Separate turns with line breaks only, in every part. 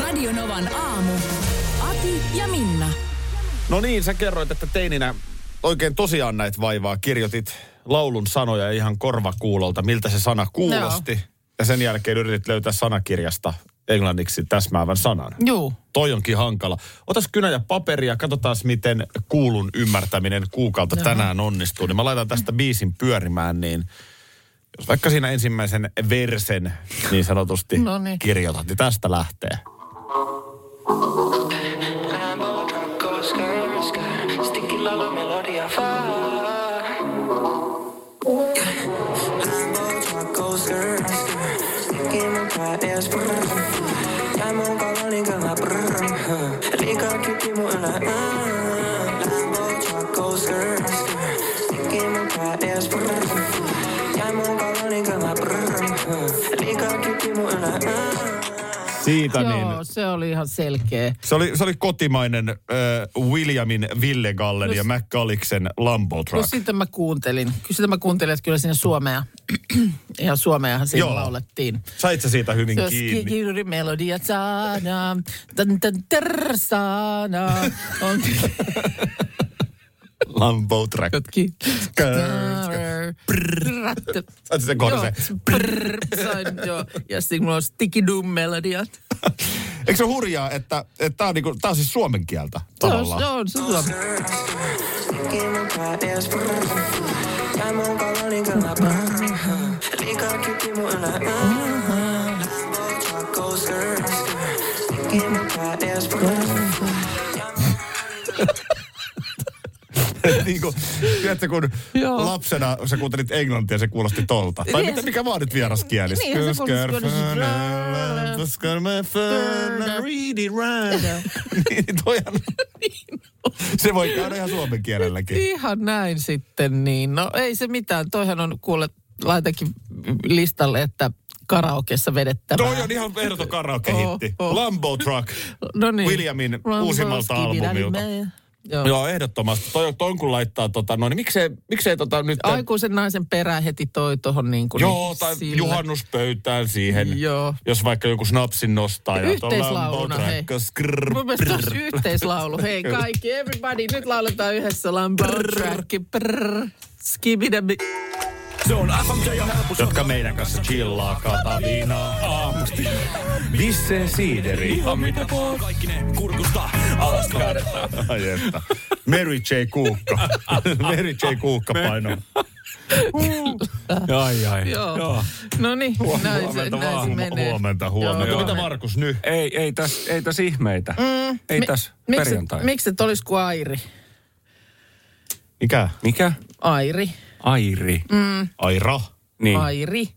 Radionovan aamu. Ati ja Minna.
No niin, sä kerroit, että teininä oikein tosiaan näet vaivaa. Kirjoitit laulun sanoja ihan korvakuulolta, miltä se sana kuulosti.
Joo.
Ja sen jälkeen yritit löytää sanakirjasta englanniksi täsmäävän sanan.
Juu.
Toi onkin hankala. Otas kynä ja paperia, katsotaan miten kuulun ymmärtäminen kuukalta tänään onnistuu. Niin mä laitan tästä biisin pyörimään, niin jos vaikka siinä ensimmäisen versen niin sanotusti
No niin.
kirjoitat, niin tästä lähtee.
Lambo, Draco, Scar, Scar, Sticky Lalo, Melodia, Fire. Lambo, Draco, Scar, Scar, Sticky Lalo, Dance, Brrr. Diamond, Galoni, Gala, Brrr. Liikaa kyppi mun ylä, mm. Lambo, Draco, Scar, Scar, Sticky Lalo, Dance, Brrr. Diamond, Galoni, Gala, Brrr. Liikaa kyppi mun ylä, mm.
Siitä
Joo,
niin.
se oli ihan selkeä.
Se oli, se oli kotimainen äh, Williamin Ville Gallen
No s-
ja McCalliksen Lambo
No
Truck.
sitä mä kuuntelin. Kyllä sitä mä kuuntelin, että kyllä siinä Suomea, ihan Suomeahan siinä
Joo.
Joo. laulettiin.
Sait sä siitä hyvin
Jos
kiinni?
kiuri melodia saana, tän tän ter saana, on
Lambo Truck.
jotkin.
Brrr.
Brrr.
Sait sä sen kohdan
Joo,
sen.
brrr, sain, joo. Ja sitten mulla on sticky doom melodiat.
Eikö se ole hurjaa, että, että tää, on niinku, tää on siis suomen kieltä
Se on,
tavallaan?
se on, se on.
uh-huh.
niin kuin, tiedätkö, kun
Joo.
lapsena sä kuuntelit englantia, se kuulosti tolta. Tai
Niin,
mitä,
se-
mikä vaan nyt vieras kielis.
Niin, se kuulosti, kun se-
Niin,
Niin
Se voi käydä ihan suomen kielelläkin.
Ihan näin sitten niin. No ei se mitään. Toihan on kuule, laitakin listalle, että karaokeessa vedettävää.
Toi on ihan ehdoton karaokehitti.
Oh, oh.
Lambo Truck.
No niin.
Williamin uusimmalta
Skibi,
albumilta.
daddy, man. Joo. Joo.
Joo, ehdottomasti. Toi, toi kun laittaa tota, no niin miksei, miksei tota nyt...
Aikuisen naisen perä heti toi tuohon niin kuin
Joo, tai
sillä-
juhannuspöytään siihen.
Joo.
Jos vaikka joku snapsin nostaa. ja tuolla
Yhteislauluna,
Lambo
hei.
Truck, skrrr,
Mun mielestä tossa
prrr.
yhteislaulu. Hei kaikki, everybody, nyt lauletaan yhdessä lambo track. Brrr. Skibidäbi.
jotka meidän kanssa chillaa katavinaa aamusti. Visse siideri. Ihan mitä Kaikki ne kurkusta alas kaadetta. Mary J. Kuukka. Mary J. Kuukka paino. ai ai.
Joo. No niin, näin se, näin se menee.
Huomenta, huomenta.
Joo,
Mitä Markus nyt?
Ei, ei tässä ei täs ihmeitä. Mm,
Mi-
ei mi- tässä
miksi et-
perjantai.
Miksi et olis kuin Airi?
Mikä?
Mikä?
Airi.
Airi. Mm.
Aira.
Niin.
Airi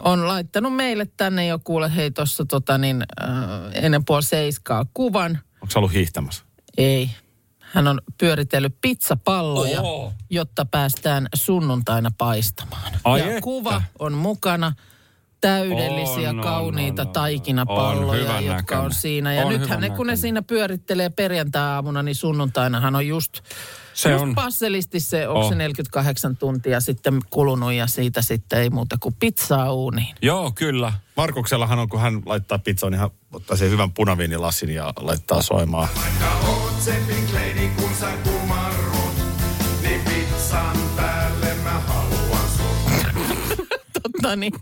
on laittanut meille tänne jo kuule, hei tuossa tota niin, äh, ennen puoli seiskaa kuvan.
Onko sä ollut hiihtämässä?
Ei. Hän on pyöritellyt pizzapalloja,
Oo.
jotta päästään sunnuntaina paistamaan.
Ai
ja
että.
kuva on mukana. Täydellisiä,
On, on,
kauniita
on, on. On,
taikinapalloja,
hyvän
jotka on
näköinen.
siinä. Ja
On
nythän
hyvän
ne, kun ne
näköinen.
siinä pyörittelee perjantai-aamuna, niin sunnuntainahan on just
Se
Just
on.
passelisti se, onko oh. se
On.
48 tuntia sitten kulunut ja siitä sitten ei muuta kuin pizzaa uuniin.
Joo, kyllä.
Markuksellahan on, kun hän laittaa pizzaa, niin hän ottaa sen hyvän punaviinilasin ja laittaa soimaan.
Vaikka oot se pink lady, kun sä kumarrut, niin pizzan päälle mä haluan sut.
Totta niin.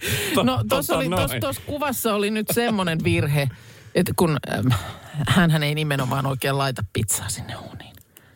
No tuossa
tota
oli, tos,
noin.
tos kuvassa oli nyt semmoinen virhe, että kun ähm, hänhän ei nimenomaan oikein laita pizzaa sinne uuniin.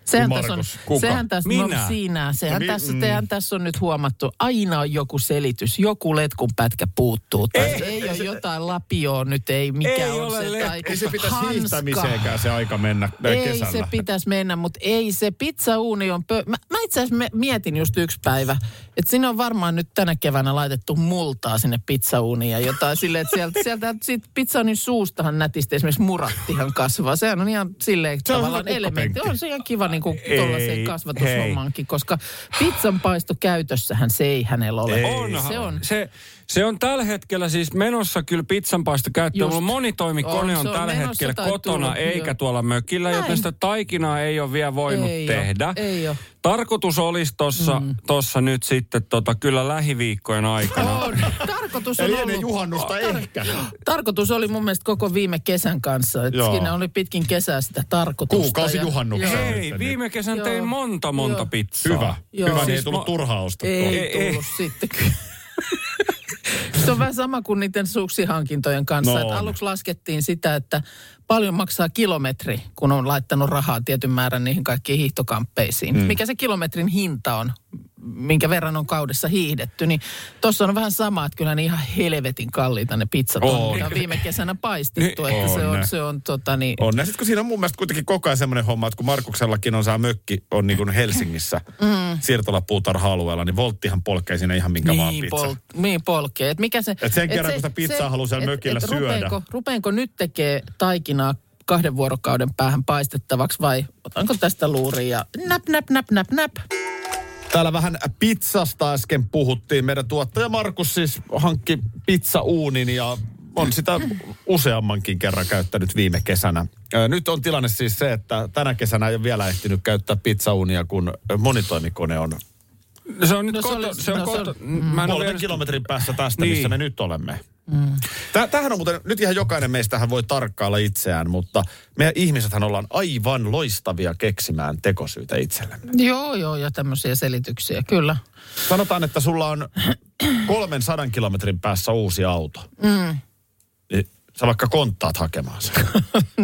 Sehän tässä on,
Markus, kuka?
sehän tässä, no
Minä?
siinä, sehän
mi-
tässä, tehän tässä on nyt huomattu, aina on joku selitys, joku letkun pätkä puuttuu, tai ei, ei ole jotain lapioa nyt, ei mikä
Ei
on
ole
se,
let-
tai
Ei se pitäisi
hanska.
hiihtämiseenkään se aika mennä
Ei
kesällä.
se pitäisi mennä, mutta ei se pizzauuni on pö... Mä, mä, itse asiassa me- mietin just yksi päivä, että sinne on varmaan nyt tänä keväänä laitettu multaa sinne pizzauuniin ja jotain silleen, että sieltä, sieltä siitä pizzaunin suustahan nätisti esimerkiksi murattihan kasvaa. Sehän on ihan silleen
Se on
tavallaan
hyvä
elementti.
kukkapenkki.
On se ihan kiva niin kuin
Ei,
tuollaiseen kasvatushommaankin, koska pizzan paisto käytössähän se ei hänellä ole.
Onhan.
Se on.
Se, se on tällä hetkellä siis menossa kyllä pizzanpaisto käyttöön.
Just.
Mulla monitoimikone
On,
on,
se on
tällä
menossa
hetkellä
tai
kotona
tullut,
eikä
joo.
tuolla mökillä,
Näin.
joten sitä taikinaa ei ole vielä voinut
Ei oo,
tehdä.
ei Mm. oo.
Tarkoitus olisi tossa, tossa nyt sitten tota, kyllä lähiviikkojen aikana.
on. Tarkoitus on
Eli ennen
ollut.
juhannusta ehkä.
Tarkoitus oli mun mielestä koko viime kesän kanssa. Että
Joo.
siinä oli pitkin kesää sitä tarkoitusta.
Kuukausi juhannukseen.
Joo.
Hei, viime kesän
Joo.
tein monta monta
Joo.
pizzaa.
Hyvä.
Joo.
Hyvä, niin
Siis
ei tullut
mä-
turhaa ostettua.
Ei,
Ei, ei.
tullut sitten kyllä. Se on vähän sama kuin niiden suksihankintojen kanssa.
No
että
on.
aluksi laskettiin sitä, että paljon maksaa kilometri, kun on laittanut rahaa tietyn määrän niihin kaikkiin hiihtokamppeisiin. Mm. Mikä se kilometrin hinta on, minkä verran on kaudessa hiihdetty. Niin tuossa on vähän sama, että kyllä ne ihan helvetin kalliita ne pizzat on,
On. Niin
mitä on viime kesänä paistettu. että se
on
on,
ne.
se on tota niin,
On. Ja sitten kun siinä on mun mielestä kuitenkin koko ajan semmoinen homma, että kun Markuksellakin on saa mökki, on niin kuin Helsingissä mm. siirtolapuutarha-alueella, niin volttihan polkee siinä ihan minkä vaan
Niin,
pizza.
pol, niin polkee. Et mikä se,
Et sen kerran, kun sitä pizzaa haluaa siellä mökillä syödä.
Rupeenko, rupeenko nyt tekee taikinaa kahden vuorokauden päähän paistettavaksi vai otanko tästä luuri ja näp, näp, näp, näp, näp.
Täällä vähän pizzasta äsken puhuttiin. Meidän tuottaja Markus siis hankki pizzauunin ja on sitä useammankin kerran käyttänyt viime kesänä. Ö, Nyt on tilanne siis se, että tänä kesänä ei ole vielä ehtinyt käyttää pizzauunia, kun monitoimikone on
No Se on nyt
No se
koto,
oli-
se on
no se
koto.
oli-
Mä en ole
kolmen
vielä-
kilometrin päässä tästä,
Niin.
missä me nyt olemme. Tä- Tämähän on muuten, nyt ihan jokainen meistähän voi tarkkailla itseään, mutta me ihmisethän ollaan aivan loistavia keksimään tekosyitä itsellemme.
Joo, joo, ja tämmöisiä selityksiä, kyllä.
Sanotaan, että sulla on kolmen sadan kilometrin päässä uusi auto. Mm. Sä vaikka konttaat hakemaan sen.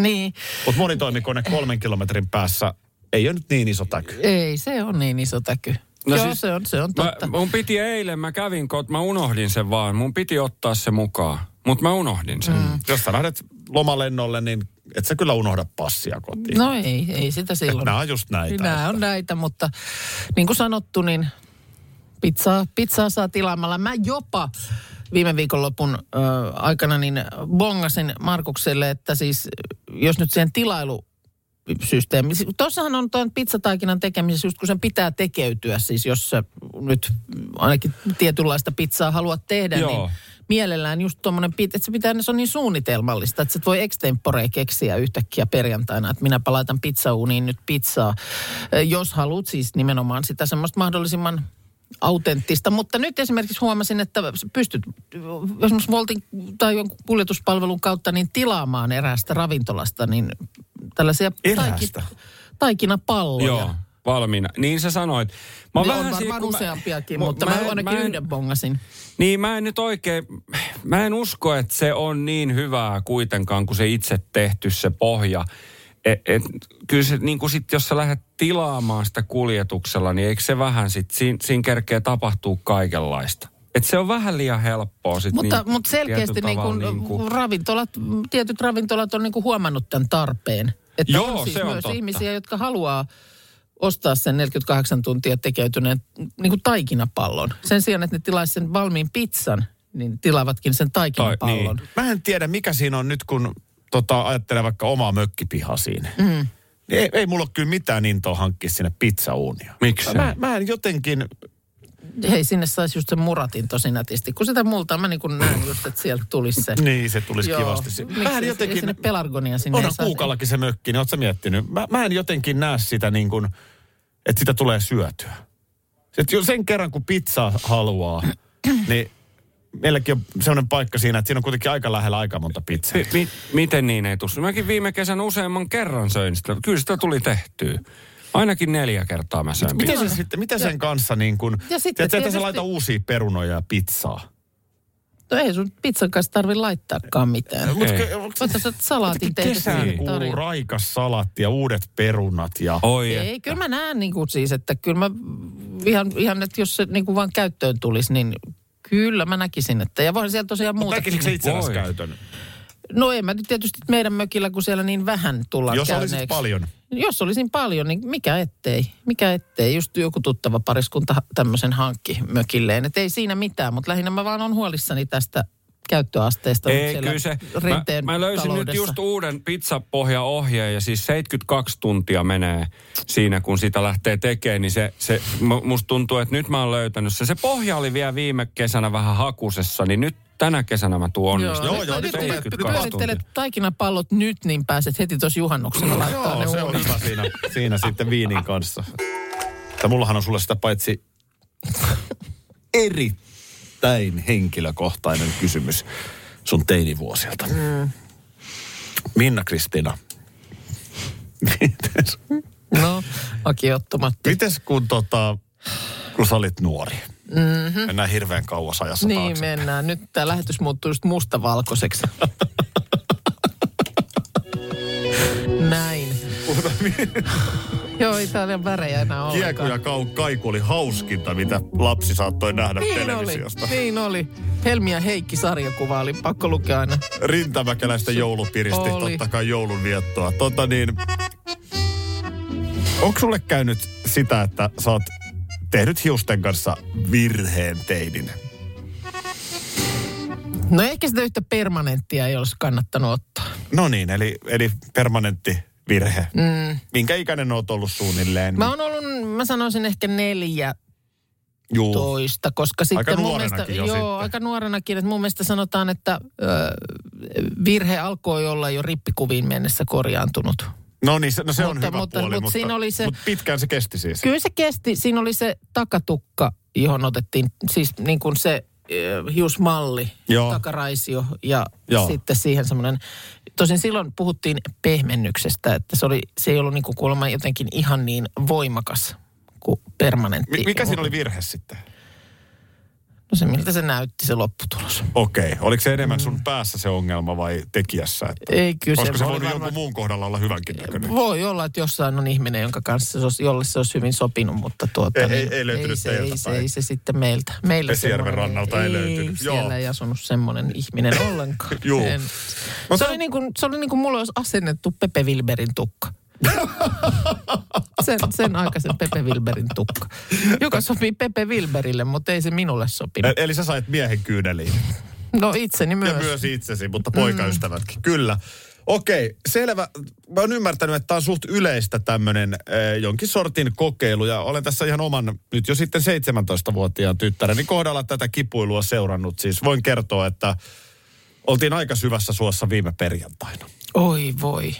niin,
Mutta monitoimikone kolmen kilometrin päässä ei ole nyt niin iso täky.
ei, se on niin iso täky. No joo, siis, se on, se on totta.
Mä, mun piti eilen, mä kävin kot, mä unohdin sen vaan. Mun piti ottaa se mukaan, mutta mä unohdin sen. Mm.
Jos sä lähdet lomalennolle, niin et sä kyllä unohda passia kotiin.
No ei, ei sitä silloin.
Nämä on just näitä.
Niin, Nämä on näitä, mutta niin kuin sanottu, niin pizzaa, pizzaa saa tilaamalla. Mä jopa viime viikonlopun ö, aikana niin bongasin Markukselle, että siis jos nyt siihen tilailu systeemi. Tuossahan on tuon pizzataikinan tekemisessä, just kun sen pitää tekeytyä, siis jos sä nyt ainakin tietynlaista pizzaa haluat tehdä,
Joo.
niin mielellään just tuommoinen, että se pitää, se on niin suunnitelmallista, että sä et voi extemporea keksiä yhtäkkiä perjantaina, että minä palaitan pizzauniin nyt pizzaa, Eh, jos haluat siis nimenomaan sitä semmoista mahdollisimman autenttista, mutta nyt esimerkiksi huomasin, että sä pystyt esimerkiksi Voltin tai jonkun kuljetuspalvelun kautta niin tilaamaan eräästä ravintolasta niin tällaisia
Eräästä?
taiki- taikinapalloja.
Joo, valmiina. Niin sä sanoit. Mä oon
Ne on
siinä,
varmaan
kun mä-
useampiakin,
mu-
mutta mä,
en-
ainakin
en-
yhden bongasin.
Niin mä en nyt oikein, mä en usko, että se on niin hyvää kuitenkaan, kun se itse tehty se pohja. Et, et, kyllä se, niin kuin sit, jos sä lähdet tilaamaan sitä kuljetuksella, niin eikö se vähän sit, siinä, siinä kerkee tapahtuu kaikenlaista. Et se on vähän liian helppoa sit
Mutta,
niin,
niin, mutta selkeästi
tietyllä
niin kuin,
tavalla niinku-
ravintolat, tietyt ravintolat on niin kuin huomannut tämän tarpeen. Että
Joo,
on siis
se on
myös
totta.
ihmisiä, jotka haluaa ostaa sen 48 tuntia tekeytyneen niin kuin taikinapallon. Sen sijaan, että ne tilaisi sen valmiin pizzan, niin tilaavatkin sen taikinapallon.
Niin. Mä en tiedä, mikä siinä on nyt, kun tota, ajattelee vaikka omaa mökkipihaa siinä. Mm. Ei, ei mulla ole kyllä mitään intoa hankkia sinne pizzauunia.
Miksi?
Mä, mä en jotenkin,
niin.
Hei, sinne saisi just sen muratin tosi nätisti. Kun sitä multaa mä niin kuin näen just, että sieltä tulisi se.
niin se tulisi
Joo.
kivasti. si-
Miksi
Mä en
ei- ei sinne
jotenkin,
pelargonia sinne
onhan
ei saa-
kuukallakin se mökki, niin oot sä miettinyt? Mä, mä en jotenkin näe sitä niin kuin, että sitä tulee syötyä. Et jo sen kerran, kun pizza haluaa, niin meilläkin on sellainen paikka siinä, että siinä on kuitenkin aika lähellä aika monta pizzaa.
Mi- mi- miten niin ei tussu? Mäkin viime kesän useamman kerran söin sitä. Kyllä sitä tuli tehtyä. Ainakin neljä kertaa mä söin.
Miten, se sitten, miten sen kanssa niin kuin,
Ja sitten
että sä
tietysti-
laita uusia perunoja ja pizzaa.
No ei sun pizzan kanssa tarvi laittaakaan mitään.
Mut
Ei.
ke- onks-
Otat sä salaatin tehdä
Kesään
sinne
Niin.
kuuluu
tarjolla.
raikas salatti ja uudet perunat ja...
Oi,
Ei, kyllä mä näen niin kuin siis, että kyllä mä ihan, ihan että jos se niin kuin vaan käyttöön tulisi, niin kyllä mä näkisin, että ja voihan siellä tosiaan muuta.
Näkisikö se itsellesi
Voi.
käytön?
No ei mä nyt tietysti meidän mökillä, kun siellä niin vähän tullaan
Jos
käyneeksi.
olisit paljon.
Jos olisin paljon, niin mikä ettei. Mikä ettei. Just joku tuttava pariskunta tämmöisen hankki mökilleen. Et ei siinä mitään, mutta lähinnä mä vaan on huolissani tästä käyttöasteesta. nyt
Ei,
siellä
kyllä se.
Rinteen
Mä, mä löysin
taloudessa.
nyt just uuden pizzapohjaohjeen ja siis 72 tuntia menee siinä, kun sitä lähtee tekemään. Niin se, se mu- musta tuntuu, että nyt mä oon löytänyt se. Se pohja oli vielä viime kesänä vähän hakusessa, niin nyt tänä kesänä mä tuon onnistunut.
Joo, joo, nyt
nyt, nyt,
tulee-
nyt
nyt
pyörittelet taikinapallot nyt, niin pääset heti tuossa juhannuksena laittaa ne
Joo, se on
uuniin.
hyvä siinä, siinä sitten viinin kanssa. Ja mullahan on sulle sitä paitsi erittäin henkilökohtainen kysymys sun teinivuosilta. Mm. Minna Kristina, mites,
No, Aki ottamatta.
mites kun, tota, kun sä olit nuori? Mm-hmm. Mennään hirveän kauas ajassa
Mhm. Niin
taakse.
mennään. Nyt tämä lähetys muuttuu just mustavalkoiseksi. Näin. Joo, ei täällä värejä enää
Kieku
ollenkaan.
ja kau- kaiku oli hauskinta, mitä lapsi saattoi nähdä
Niin oli,
televisiosta.
niin oli. Helmi ja Heikki sarjakuva oli pakko lukea aina.
rintamäkeläisten joulupiristi,
Oli.
totta kai joulun viettoa. Tota niin, onko sulle käynyt sitä, että sä oot tehnyt hiusten kanssa virheen teinin?
No ehkä sitä yhtä permanenttia ei olisi kannattanut ottaa.
No niin, eli, eli permanentti virhe. Mm. Minkä ikäinen oot ollut suunnilleen?
Mä oon ollut, mä sanoisin ehkä neljä
Juu.
12, koska sitten mun
nuorenakin
mielestä,
jo
joo,
sitten.
aika nuorenakin, että mun mielestä sanotaan, että ö, virhe alkoi olla jo rippikuviin mennessä korjaantunut.
No niin, se, no se on
Mutta-
hyvä
mutta-
puoli,
mutta siinä oli se-
mutta pitkään se kesti siis.
Kyllä se kesti, siinä oli se takatukka, johon otettiin, siis niin kuin se ö, hiusmalli,
Joo.
takaraisio ja
Joo.
sitten siihen semmoinen, tosin silloin puhuttiin pehmennyksestä, että se, oli, se ei ollut niin kuin kuulemma jotenkin ihan niin voimakas kuin permanentti.
Mi- mikä siinä oli virhe sitten?
No se miltä se näytti se lopputulos.
Okei, okay. oliko se enemmän sun päässä se ongelma vai tekijässä? Että
Ei Mm. kyllä
olisiko se
voi
voinut
varmaan-
jonkun muun kohdalla olla hyvänkin näköinen?
Niin. Voi olla, että jossain on ihminen, jonka kanssa se olisi, jolle se olisi hyvin sopinut, mutta tuota,
Ei-
niin,
ei- ei löytynyt
se,
teiltä
ei, se,
päin.
ei se sitten meiltä. Meillä
Vesijärven
semmoinen-
rannalta ei löytynyt.
Siellä
Joo.
ei asunut semmoinen ihminen ollenkaan.
Juu.
En.
No
se,
se-
oli niin kuin, se oli niin kuin mulla olisi asennettu Pepe Wilberin tukka. sen, sen aikaisen Pepe Wilberin tukka, joka sopii Pepe Wilberille, mutta ei se minulle sopinut.
E- Eli sä sait miehen kyyneliin.
No itseni myös. Mm.
Ja myös itsesi, mutta poikaystävätkin. Kyllä. Okei, selvä. Mä oon ymmärtänyt, että tämä on suht yleistä tämmöinen äh, jonkin sortin kokeilu. Ja olen tässä ihan oman, nyt jo sitten 17-vuotiaan tyttäreni kohdalla tätä kipuilua seurannut. Siis voin kertoa, että oltiin aika syvässä suossa viime perjantaina.
Oi voi.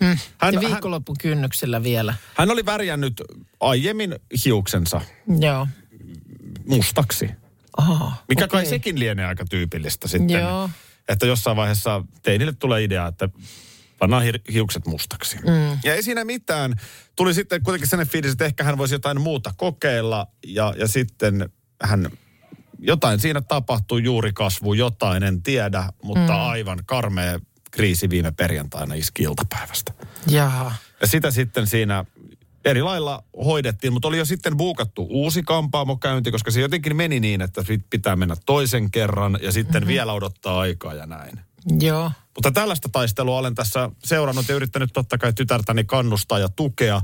Hän, hän,
ja viikonlopun kynnyksellä vielä.
hän oli värjännyt aiemmin hiuksensa
Joo.
mustaksi.
Aha,
Mikä okay. kai
okei.
sekin lienee aika tyypillistä sitten.
Joo.
Että jossain vaiheessa teinille tulee idea, että pannaan hir- hiukset mustaksi. Mm. Ja ei siinä mitään. Tuli sitten kuitenkin sellainen fiilis, että ehkä hän voisi jotain muuta kokeilla. Ja, ja sitten hän, jotain siinä tapahtui, juuri kasvu, jotain, en tiedä. Mutta mm. aivan karmea kriisi viime perjantaina iski iltapäivästä.
Jaha.
Ja sitä sitten siinä eri lailla hoidettiin, mutta oli jo sitten buukattu uusi kampaamokäynti, koska se jotenkin meni niin, että sit pitää mennä toisen kerran ja sitten
Mhm.
mm-hmm. vielä odottaa aikaa ja näin.
Joo.
Mutta tällaista taistelua olen tässä seurannut ja yrittänyt totta kai tytärtäni kannustaa ja tukea.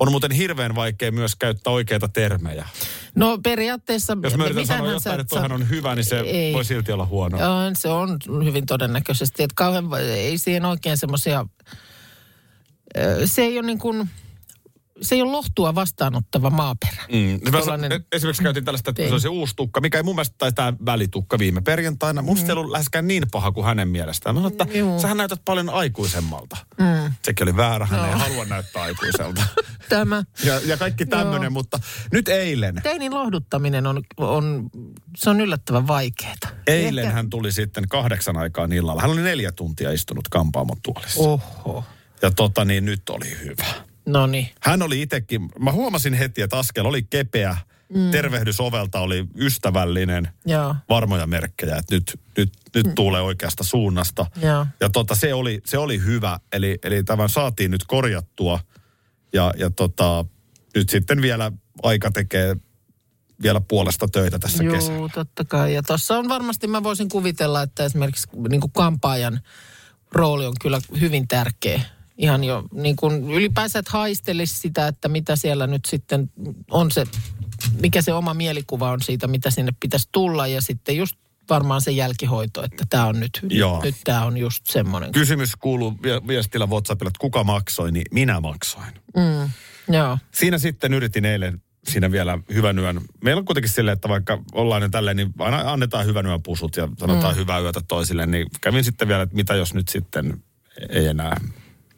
On muuten hirveän vaikea myös käyttää oikeita termejä.
No periaatteessa...
Jos mä yritän
mitähän
sanoa
sä
jotain,
et
että toihan
saa-
on no. hyvä, niin se
Ei.
voi silti olla huono.
Joo, Se on hyvin todennäköisesti, että kauhean, va- ei siihen oikein semmoisia... Se ei ole niin kuin, se ei ole lohtua vastaanottava maaperä.
Mm. Mä
Sellainen-
sanoin, e- Esimerkiksi käytiin tällaista, että
Tein.
se oli se uusi tukka, mikä ei mun mielestä, tai tämä välitukka viime perjantaina, musta mm. ei ollut läheskään niin paha kuin hänen mielestään. Mä sanoin, että
Juu.
sähän näytät paljon aikuisemmalta. Mm. Sekin oli väärä, hän no. ei halua näyttää aikuiselta.
Tämä
ja, ja kaikki tämmöinen, mutta nyt eilen,
teinin lohduttaminen on, on, se on yllättävän vaikeaa.
eilen hän tuli sitten kahdeksan aikaan illalla. Hän oli neljä tuntia istunut kampaamon tuolissa.
Oho.
Ja tota niin, nyt oli hyvä.
No niin.
Hän oli itsekin, mä huomasin heti, että askel oli kepeä, mm. tervehdys ovelta oli ystävällinen,
Joo.
varmoja merkkejä, että nyt, nyt, nyt mm. tulee oikeasta suunnasta.
Joo.
Ja tota, se, oli, se oli hyvä, eli, eli tämän saatiin nyt korjattua ja, ja tota, nyt sitten vielä aika tekee vielä puolesta töitä tässä
Joo,
kesänä.
totta kai. Ja tuossa on varmasti, mä niinku voisin kuvitella, että esimerkiksi niin kuin kampaajan rooli on kyllä hyvin tärkeä. Ihan jo niin kuin ylipäänsä, että haistelisi sitä, että mitä siellä nyt sitten on se, mikä se oma mielikuva on siitä, mitä sinne pitäisi tulla. Ja sitten just varmaan se jälkihoito, että tämä on nyt,
Joo.
nyt tämä on just semmoinen.
Kysymys kuuluu vi- viestillä WhatsAppilla, että kuka maksoi, niin minä maksoin.
Joo.
Siinä sitten yritin eilen siinä vielä hyvän yön. Meillä on kuitenkin silleen, että vaikka ollaan jo tälleen, niin aina annetaan hyvän yön pusut ja sanotaan mm. hyvää yötä toisille. Niin kävin sitten vielä, että mitä jos nyt sitten ei enää.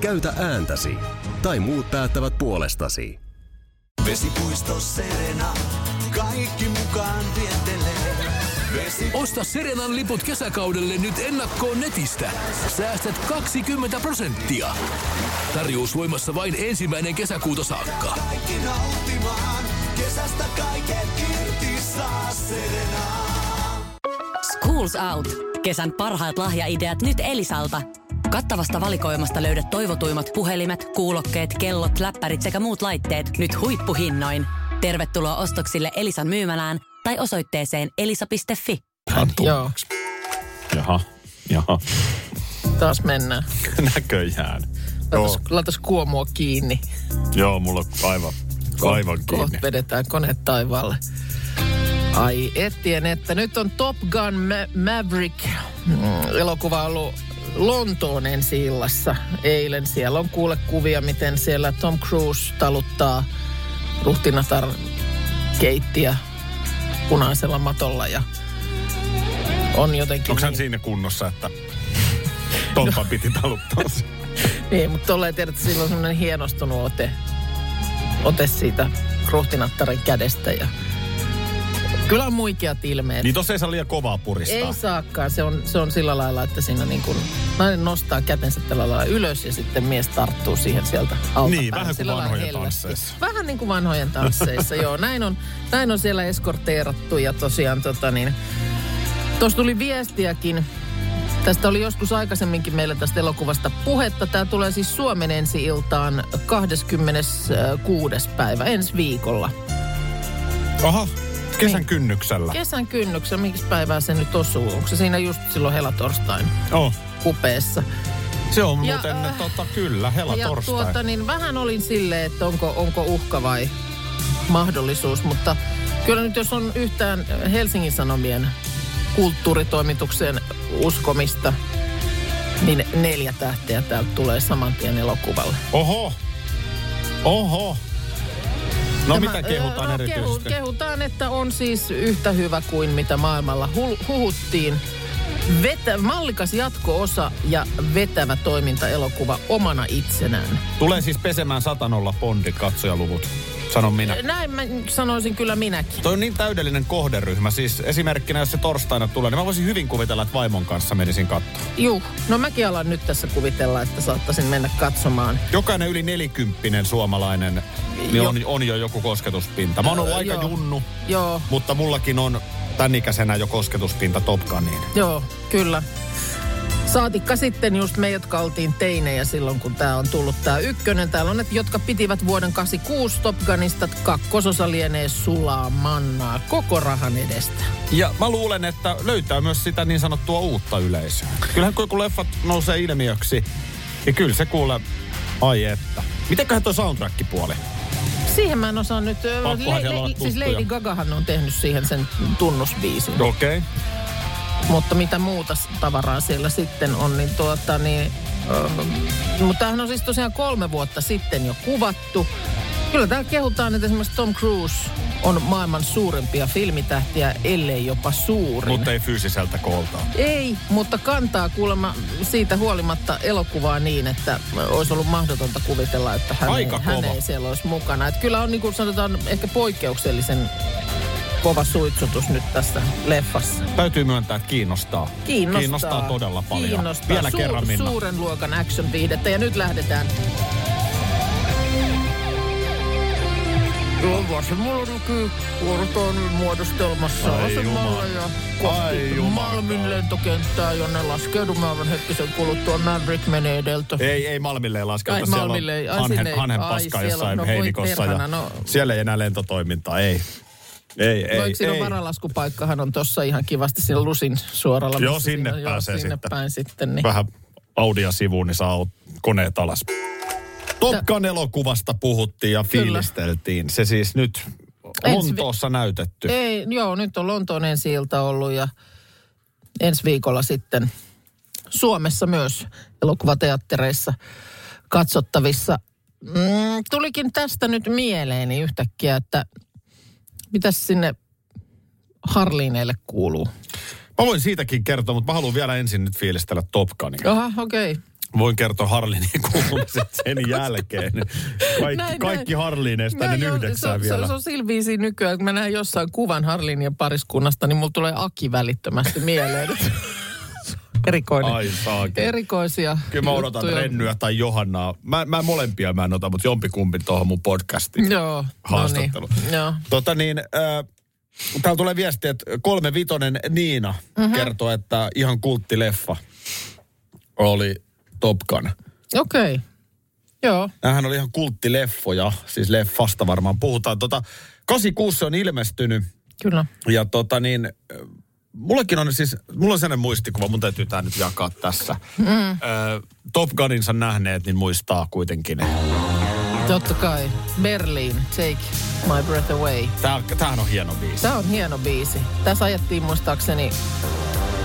Käytä ääntäsi. Tai muut päättävät puolestasi.
Vesipuisto Serena, kaikki mukaan viettelee.
Osta Serenan liput kesäkaudelle nyt ennakkoon netistä. Säästät 20 prosenttia. Tarjous voimassa vain ensimmäinen kesäkuuta saakka.
Kaikki nauttimaan, kesästä kaiken irti saa Serena.
Schools Out. Kesän parhaat lahjaideat nyt Elisalta. Kattavasta valikoimasta löydät toivotuimmat puhelimet, kuulokkeet, kellot, läppärit sekä muut laitteet nyt huippuhinnoin. Tervetuloa ostoksille Elisan myymälään tai osoitteeseen elisa.fi.
Joo,
Jaha, jaha,
taas mennään.
näköjään.
Laitas, laitas kuomua kiinni.
Joo, mulla on aivan, aivan
Kohta vedetään kone taivaalle. Ai etien, että nyt on Top Gun Ma- Maverick mm, elokuva ollut Lontoon ensi illassa eilen. Siellä on kuule kuvia, miten siellä Tom Cruise taluttaa ruhtinatar keittiä punaisella matolla ja on jotenkin...
Onko
niin-
hän siinä kunnossa, että Tompa
No.
piti taluttaa sen?
Niin, mutta tolleen tiedät, että sillä on semmoinen hienostunut ote, ote siitä ruhtinattaren kädestä. Ja... Kyllä on muikeat ilmeet.
Niin tossa ei saa liian kovaa puristaa.
Ei saakaan, se on, se on sillä lailla, että siinä niin kuin, nainen nostaa kätensä tällä lailla ylös ja sitten mies tarttuu siihen sieltä alta.
Niin, vähän kuin vanhojen tansseissa.
Vähän niin kuin vanhojen tansseissa, joo. Näin on, näin on siellä eskorteerattu ja tosiaan tota niin, tuossa tuli viestiäkin. Tästä oli joskus aikaisemminkin meillä tästä elokuvasta puhetta. Tämä tulee siis Suomen ensi iltaan 26. päivä, ensi viikolla.
Aha,
Niin.
kesän kynnyksellä.
Kesän kynnyksen, miksi päivää se nyt osuu? Onko se siinä just silloin helatorstain?
Joo.
kupeessa.
Se on
Ja,
muuten,
äh,
tota, kyllä, hela
ja
torstai.
tuota, niin vähän olin silleen, että onko, onko uhka vai mahdollisuus, mutta kyllä nyt jos on yhtään Helsingin Sanomien kulttuuritoimituksen uskomista, niin neljä tähteä täältä tulee saman tien elokuvalle.
Oho, oho. No
Tämä,
mitä
ö,
kehutaan
no,
erityisesti?
Kehu, kehutaan, että on siis yhtä hyvä kuin mitä maailmalla hul, huhuttiin. Vetä, mallikas jatko-osa ja vetävä toimintaelokuva omana itsenään.
Tulee siis pesemään satanolla bondin katsojaluvut, sanon minä.
Näin mä sanoisin kyllä minäkin.
Toi on niin täydellinen kohderyhmä. Siis esimerkkinä, jos se torstaina tulee, niin mä voisin hyvin kuvitella, että vaimon kanssa menisin kattoon.
Juu, no mäkin alan nyt tässä kuvitella, että saattaisin mennä katsomaan.
Jokainen yli nelikymppinen suomalainen niin
Jo-
on, on jo joku kosketuspinta. Mä oon ollut
Öö,
aika
joo.
junnu,
Joo,
mutta mullakin on tän ikäisenä jo kosketuspinta Top Guniin.
joo, kyllä. Saatikka sitten just me, jotka oltiin teinejä silloin, kun tämä on tullut tämä ykkönen. Täällä on, että jotka pitivät vuoden 86 Top Gunista, kakkososa lienee sulaa mannaa koko rahan edestä.
Ja mä luulen, että löytää myös sitä niin sanottua uutta yleisöä. Kyllähän kun joku leffat nousee ilmiöksi, ja kyllä se kuulee, ai että. Mitenköhän toi soundtrack-puoli?
Siihen mä en osaa nyt... ö,
Pakkohan siellä olla
siis
tuttuja.
Lady Gagahan on tehnyt siihen sen tunnusbiisin.
Okei. Okay.
Mutta mitä muuta s- tavaraa siellä sitten on, niin tuota niin... Äh, mutta tämähän on siis tosiaan kolme vuotta sitten jo kuvattu. Kyllä täällä kehutaan, että esimerkiksi Tom Cruise on maailman suurimpia filmitähtiä, ellei jopa suurin.
Mutta ei fyysiseltä kooltaan.
Ei, mutta kantaa kuulemma siitä huolimatta elokuvaa niin, että olisi ollut mahdotonta kuvitella, että hän, ei,
Aika
hän
kova.
ei siellä olisi mukana. Et kyllä on niin kuin sanotaan ehkä poikkeuksellisen kova suitsutus nyt tässä leffassa.
Täytyy myöntää, että kiinnostaa.
Kiinnostaa.
Kiinnostaa todella paljon.
Kiinnostaa.
Vielä
Suur-
kerran Minna.
Suuren luokan action-viihdettä ja nyt lähdetään Luvassa mulla on kyllä kuorton muodostelmassa
Ai
asemalla
jumala.
ja
Ai
kohti
jumala.
Malmin lentokenttää, jonne laskeudumme aivan hetkisen kuluttua. Maverick menee edeltä.
Ei, ei Malmille ei lasketa.
Ai,
siellä
Malmille ei.
on
Ai,
hanhen,
sinne ei.
hanhen
Ai,
paskaa
siellä on.
jossain
No voi
heinikossa.
perhana,
Ja
no.
Siellä ei enää lentotoimintaa, ei. Ei, ei,
Ei, Voiko No, siinä
ei.
on varalaskupaikkahan on tuossa ihan kivasti siinä Lusin suoralla.
Joo,
missä
sinne
siinä-
pääsee
joo, sinne
sitten.
päin sitten. Niin.
Vähän Audia sivuun, niin saa koneet alas. Topkan elokuvasta puhuttiin ja fiilisteltiin. Se siis nyt
Ensi vi- E-
Lontoossa näytetty.
Ei, joo, nyt on Lontoon ensi ilta ollut ja ensi viikolla sitten Suomessa myös elokuvateattereissa katsottavissa. Mm, tulikin tästä nyt mieleeni yhtäkkiä, että mitäs sinne Harliineille kuuluu?
Mä voin siitäkin kertoa, mutta mä haluan vielä ensin nyt fiilistellä Top Gunia.
Aha, okei. Okay.
Voin kertoa Harlinin kuulumiset sen jälkeen. Kaikki,
Näin,
kaikki
näin.
Harlineista
Näin
ennen
on,
yhdeksää
se,
vielä.
Se, se on sillä viisiin nykyään, kun mä näen jossain kuvan Harlin ja pariskunnasta, niin mulla tulee Aki välittömästi mieleen. Erikoinen.
Ai saakeli.
Erikoisia
Kyllä mä odotan
juttuja.
Rennyä tai Johannaa. Mä, mä molempia mä en ota, mutta jompikumpi tuohon mun podcastiin.
Joo.
Haastattelu.
No niin. Joo.
Tota niin, äh, täällä tulee viesti, että kolme vitonen Niina
Mhm.
mm-hmm. kertoo, että ihan kulttileffa oli Top Gun.
Okei. Okay. Joo.
Nämähän oli ihan kulttileffoja, siis leffasta varmaan puhutaan. Tota, 86 se on ilmestynyt
Kyllä.
ja tota niin, äh, mullekin on siis, mulla on sellainen muistikuva, mun täytyy tämä nyt jakaa tässä. Mm. Äh, Top Guninsa nähneet, niin muistaa kuitenkin.
Totta kai. Berliin. Take my breath away.
Tää, tämähän on hieno biisi.
Tämä on hieno biisi. Tässä ajettiin muistaakseni...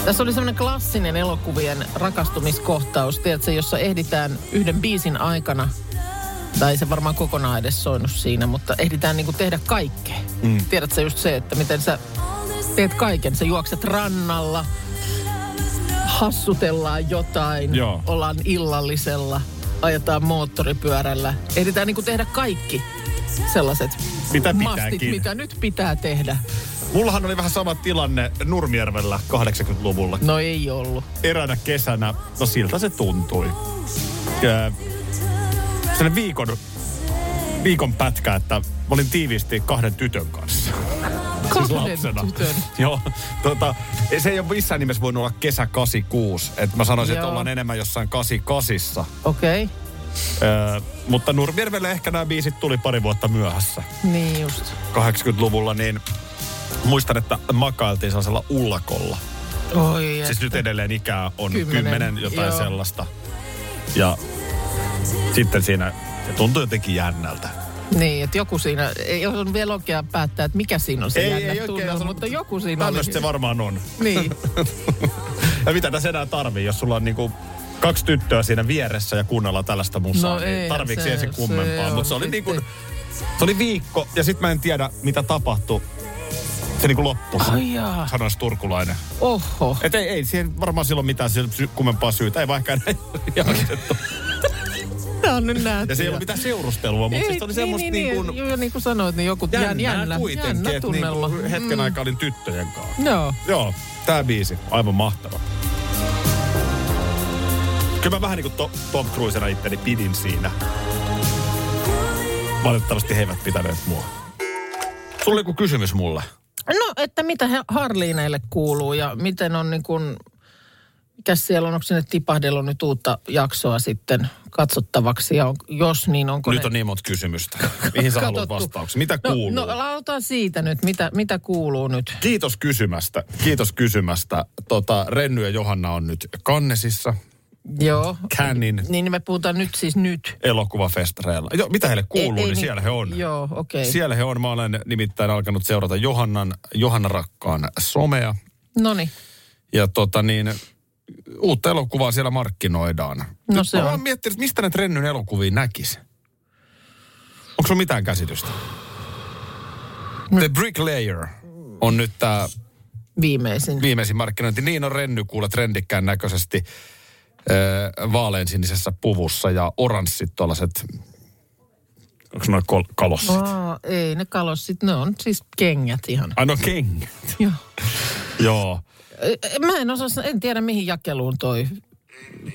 Tässä oli semmoinen klassinen elokuvien rakastumiskohtaus, tiedätkö, jossa ehditään yhden biisin aikana, tai ei se varmaan kokonaan edes soinut siinä, mutta ehditään niinku tehdä kaikkea. Mm. Tiedätkö just se, että miten sä teet kaiken. Sä juokset rannalla, hassutellaan jotain,
Joo.
ollaan illallisella, ajetaan moottoripyörällä. Ehditään niinku tehdä kaikki sellaiset
Mitä
mastit,
pitääkin.
mitä nyt pitää tehdä.
Mullahan oli vähän sama tilanne Nurmijärvellä 80-luvulla.
No ei ollut.
Eräänä kesänä, no siltä se tuntui. Ö, Sellainen viikon, viikon pätkä, että mä olin tiiviisti kahden tytön kanssa. Siis
Kahden tytön.
Joo, tota, ei- se ei ole missään nimessä voinut olla kesä 86. Et mä sanoisin, että
Joo.
ollaan enemmän jossain 88.
Okei,
Öö, mutta Nurmijärvelle ehkä nämä biisit tuli pari vuotta myöhässä.
niin just.
80-luvulla, niin muistan, että makailtiin sellaisella ullakolla.
Oi,
Siis nyt edelleen ikää on
Kymmenen,
kymmenen, jotain
joo.
sellaista. Ja sitten siinä se tuntuu jotenkin jännältä.
Niin, että joku siinä, ei on vielä oikein päättää, että mikä siinä on se jännä tunnelma,
osannut-
mutta joku siinä oli.
Tämmöistä se varmaan on.
Niin,
Ja mitä tässä enää tarvii, jos sulla on niinku kaksi tyttöä siinä vieressä ja kuunnellaan tällaista musaa,
No
niin
ei,
tarviiko
se-
siihen se
se
kummempaa.
on
Mutta se oli
sitten-
niinku, se oli viikko ja sitten mä en tiedä mitä tapahtui. Se niinku loppui,
Ai jaa.
sanoisi turkulainen.
oho.
Et ei, ei siihen varmaan silloin mitään sy- sy- kummempaa syytä. Ei vaikka enää jaksettu.
Tämä on nyt nähty.
Ja se ei ollut mitään seurustelua, mutta siis oli semmoista
niin, niin, niin, niin, niin kuin sanoit, niin joku jännä, jännä,
kuitenkin.
jännä
et niinku
tunnelma. Mm.
hetken aikaa olin tyttöjen kanssa.
Joo.
Joo, tää biisi. Aivan mahtava. Kyllä mä vähän niin kuin to, Tom Cruisena itteni pidin siinä. Valitettavasti he eivät pitäneet mua. Sulla oli joku kysymys mulle.
No, että mitä he- Harliineille kuuluu ja miten on niin kuin, mikä siellä on, onko sinne tipahdellut nyt uutta jaksoa sitten katsottavaksi ja on, jos niin, onko
Nyt
ne...
on niin monta kysymystä. Mihin sä haluat
Katsottu.
vastauksen? Mitä
No,
kuuluu?
no lautaan siitä nyt, mitä, mitä kuuluu nyt.
Kiitos kysymästä. Kiitos kysymästä. Tota, Renny ja Johanna on nyt Kannesissa,
Joo.
Cannin
Niin me puhutaan nyt siis nyt.
elokuvafestareilla. Jo, mitä heille kuuluu,
Ei-
ei,
ei
niin
ni-
siellä he on.
Joo, okei.
Siellä he on. Mä olen nimittäin alkanut seurata Johannan, Johanna Rakkaan somea.
No niin,
Ja tota niin, uutta elokuvaa siellä markkinoidaan.
No
Nyt
se
mä
on.
vaan miettinyt, että mistä näitä Rennyn elokuvia näkisi. Onko sulla mitään käsitystä? The Bricklayer on nyt tämä
viimeisin.
viimeisin markkinointi. Niin on Renny kuule trendikkään näköisesti äh, vaaleansinisessä puvussa ja oranssit tuollaiset, onko noin kol- kalossit?
Aa, ei ne kalossit, ne on siis kengät ihan.
Ai no kengät.
Joo.
Joo.
Ö, Mä en osaa, sa- en tiedä mihin jakeluun toi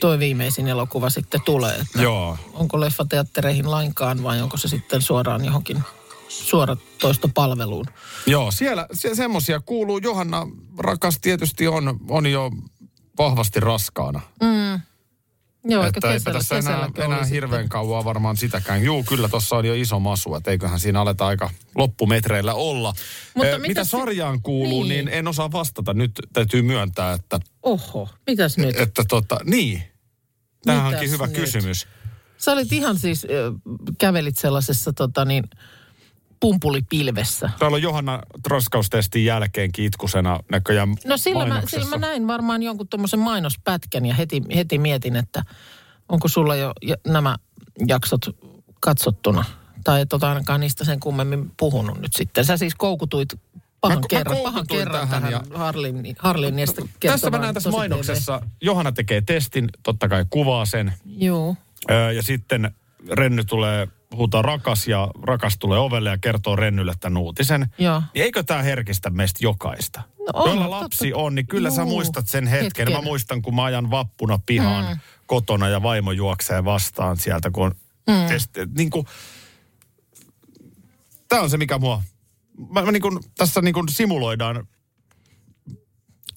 toi viimeisin elokuva sitten tulee. Että
Joo.
Onko leffateattereihin lainkaan vai onko se sitten suoraan johonkin suoratoistopalveluun?
Joo, siellä se, semmosia kuuluu. Johanna rakas tietysti on, on jo vahvasti raskaana.
Joo, eikä
että eipä
No, kesällä,
tässä enää,
kesälläkin
enää
oli
hirveän
sitten.
kauan varmaan sitäkään. Juu, kyllä tuossa on jo iso masu, että eiköhän siinä aleta aika loppumetreillä olla.
Mutta
Eh,
mitä
mitä
se-
sarjaan kuuluu, niin.
Niin.
niin en osaa vastata. Nyt täytyy myöntää, että,
Oho, mitäs nyt?
että tota, niin. Tämähän
Mitäs
onkin hyvä
nyt?
kysymys.
Sä olit ihan siis, ö, kävelit sellaisessa tota niin, pumpulipilvessä.
Täällä on Johanna raskaustestin jälkeenkin itkusena näköjään
No sillä mä,
mainoksessa.
sillä mä näin varmaan jonkun tuommoisen mainospätkän ja heti, heti mietin, että onko sulla jo ja- nämä jaksot katsottuna. Tai et ole ainakaan niistä sen kummemmin puhunut nyt sitten. Sä siis koukutuit pahan
Mä- mä
kerran, pahan
koukutuin
kerran
tähän
tähän,
ja-
tähän ja... Harlin, Harlin niistä
Tässä mä
kertomaan
näen tässä
tosi-
mainoksessa, Johanna tekee testin, totta kai kuvaa sen.
Joo.
Öö, Ja sitten Renny tulee, huutaa rakas ja rakas tulee ovelle ja kertoo Rennylle tämän uutisen.
Joo.
Niin eikö tämä herkistä meistä jokaista?
on,
Jolla
totta.
lapsi on, niin kyllä sä
Juu,
muistat sen hetken.
hetken.
Mä muistan, kun mä ajan vappuna pihaan mm. kotona ja vaimo juoksee vastaan sieltä, kun on mm. testi. Niin kuin, tämä on se, mikä mua... Mä, mä niin kuin, tässä niin kuin simuloidaan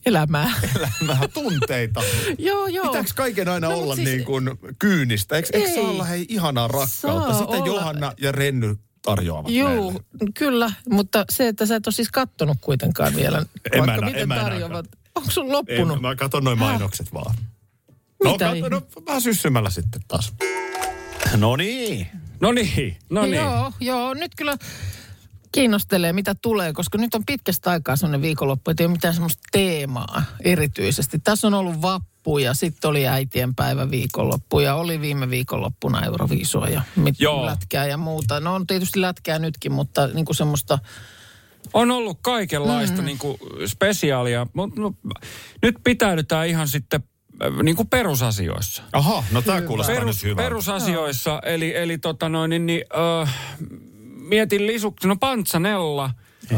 Elämää.
elämää tunteita.
joo, joo.
Pitääkö kaiken aina
No, mut
olla
siis-
niin kuin kyynistä? Eikö, eikö saa
Ei.
olla hei ihanaa rakkautta?
Saa
Sitä
olla.
Johanna ja Renny tarjoavat
Joo,
meille.
kyllä, mutta se, että sä et ole siis kattonut kuitenkaan vielä,
En mä
vaikka
enää- en
miten
mä enää
tarjoavat.
katso.
Onko sun
Ei,
loppunut?
mä katson noin mainokset vaan. No,
Mitä
katso, no vähän syssymällä sitten taas. No niin.
No niin, no niin.
Joo, joo, nyt kyllä kiinnostelee, mitä tulee, koska nyt on pitkästä aikaa sellainen viikonloppu, että ei ole mitään semmoista teemaa erityisesti. Tässä on ollut vappu ja sitten oli äitienpäivä viikonloppu ja oli viime viikonloppuna Euroviisua ja mit-
Joo.
lätkää ja muuta. No on tietysti lätkää nytkin, mutta niin kuin semmoista,
On ollut kaikenlaista mm. niin kuin spesiaalia, mutta no, nyt pitäydytään ihan sitten äh, niin kuin perusasioissa.
Aha, no tää kuulostaa
Perus,
nyt hyvältä.
perusasioissa, eli, eli tota noin, niin, niin öö, mietin lisuksen, no Pantsanella,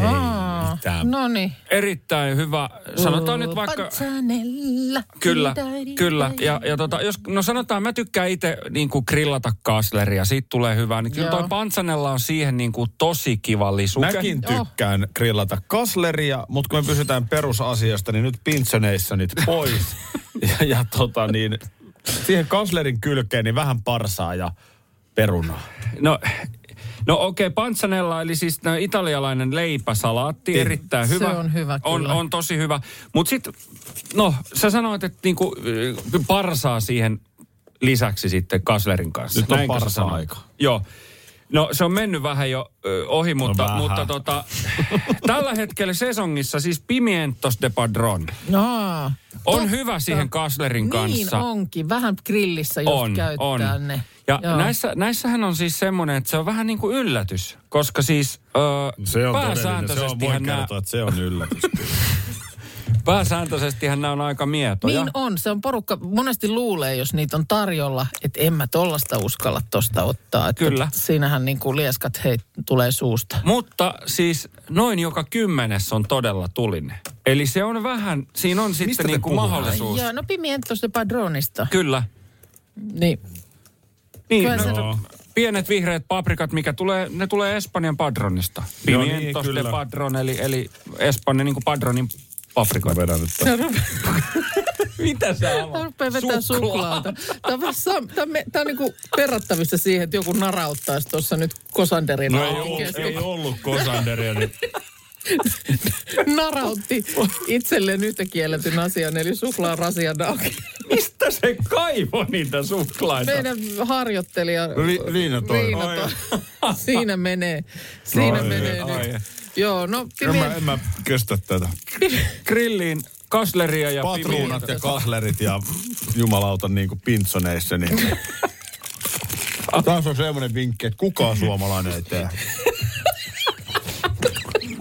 Aa,
mitään.
no niin.
erittäin hyvä, sanotaan
Oh,
nyt vaikka...
Panzanella.
Kyllä,
Di-da-di-da.
kyllä. Ja, ja tota, jos, no sanotaan, mä tykkään itse niin kuin grillata kaasleria, siitä tulee hyvää. Niin kyllä
Joo.
toi Pantsanella on siihen niin kuin tosi kiva lisuke.
Mäkin tykkään grillata kasleria, mutta kun me pysytään perusasioista, niin nyt pintsoneissä pois. ja, ja tota niin, siihen kaslerin kylkeen niin vähän parsaa ja perunaa.
No, no okei, okay, panzanella, eli siis nää italialainen leipäsalaatti, erittäin
Niin. Se
hyvä.
on hyvä,
on,
kyllä.
on tosi hyvä. Mutta sitten, no sä sanoit, että niinku, äh, parsaa siihen lisäksi sitten kaslerin kanssa.
Nyt on
Näinkö sä
parsaa
sanoit?
aika.
Joo. No se on mennyt vähän jo ö, ohi, mutta,
No vähän.
mutta tota, tällä hetkellä sesongissa siis pimientos de padron
Aa,
on
totta.
hyvä siihen kaslerin Niin kanssa.
Niin onkin. Vähän grillissä just on, käyttää on. ne.
Ja
Joo.
näissä, näissähän on siis semmoinen, että se on vähän niin kuin yllätys, koska siis ö,
Se on todellinen. Se on, voin
pääsääntöisestihän, nämä,
kertoa, että se on yllätys.
pääsääntöisestihän nämä on aika mietoja.
Niin on, se on porukka, monesti luulee, jos niitä on tarjolla, että en mä tollasta uskalla tosta ottaa. Että
Kyllä.
Siinähän niin kuin lieskat hei, tulee suusta.
Mutta siis noin joka kymmenes on todella tulinen. Eli se on vähän, siinä on
Mistä
sitten
te
niin kuin
puhutaan?
mahdollisuus.
Joo, no pimientos de padronista.
Kyllä.
Niin.
Niin,
Kyllä se-
no, pienet vihreät paprikat, mikä tulee, ne tulee Espanjan padronista.
Joo, niin,
Pimientos de
kyllä.
padron, eli, eli Espanjan niin kuin padronin
Mä
paprikoita.
vedän nyt tästä.
Mitä sä
Tämä rupeaa vetää suklaata. Tämä on, vähän sam- tämä on, me- tämä on niin kuin verrattavissa siihen, että joku narauttaisi tuossa nyt kosanderin
No ei
auki
ollut,
keskellä.
ei ollut kosanderia, niin
narautti itselleen yhtä kielletyn asian, eli suklaarasian auki.
Mistä se kaivo niitä suklaita?
Meidän harjoittelija
Li- Liina toi.
Liina
Ai,
toi. Siinä menee, siinä
Ai,
menee
ai.
nyt. Joo, no
en mä,
pimien...
en mä kestä tätä.
Grilliin kasleria ja pimiä.
Patruunat ja kaslerit ja jumalauta niin kuin pintsoneissa, niin... Taas on semmoinen vinkki, että kukaan suomalainen ei tee.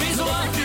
Visuahti!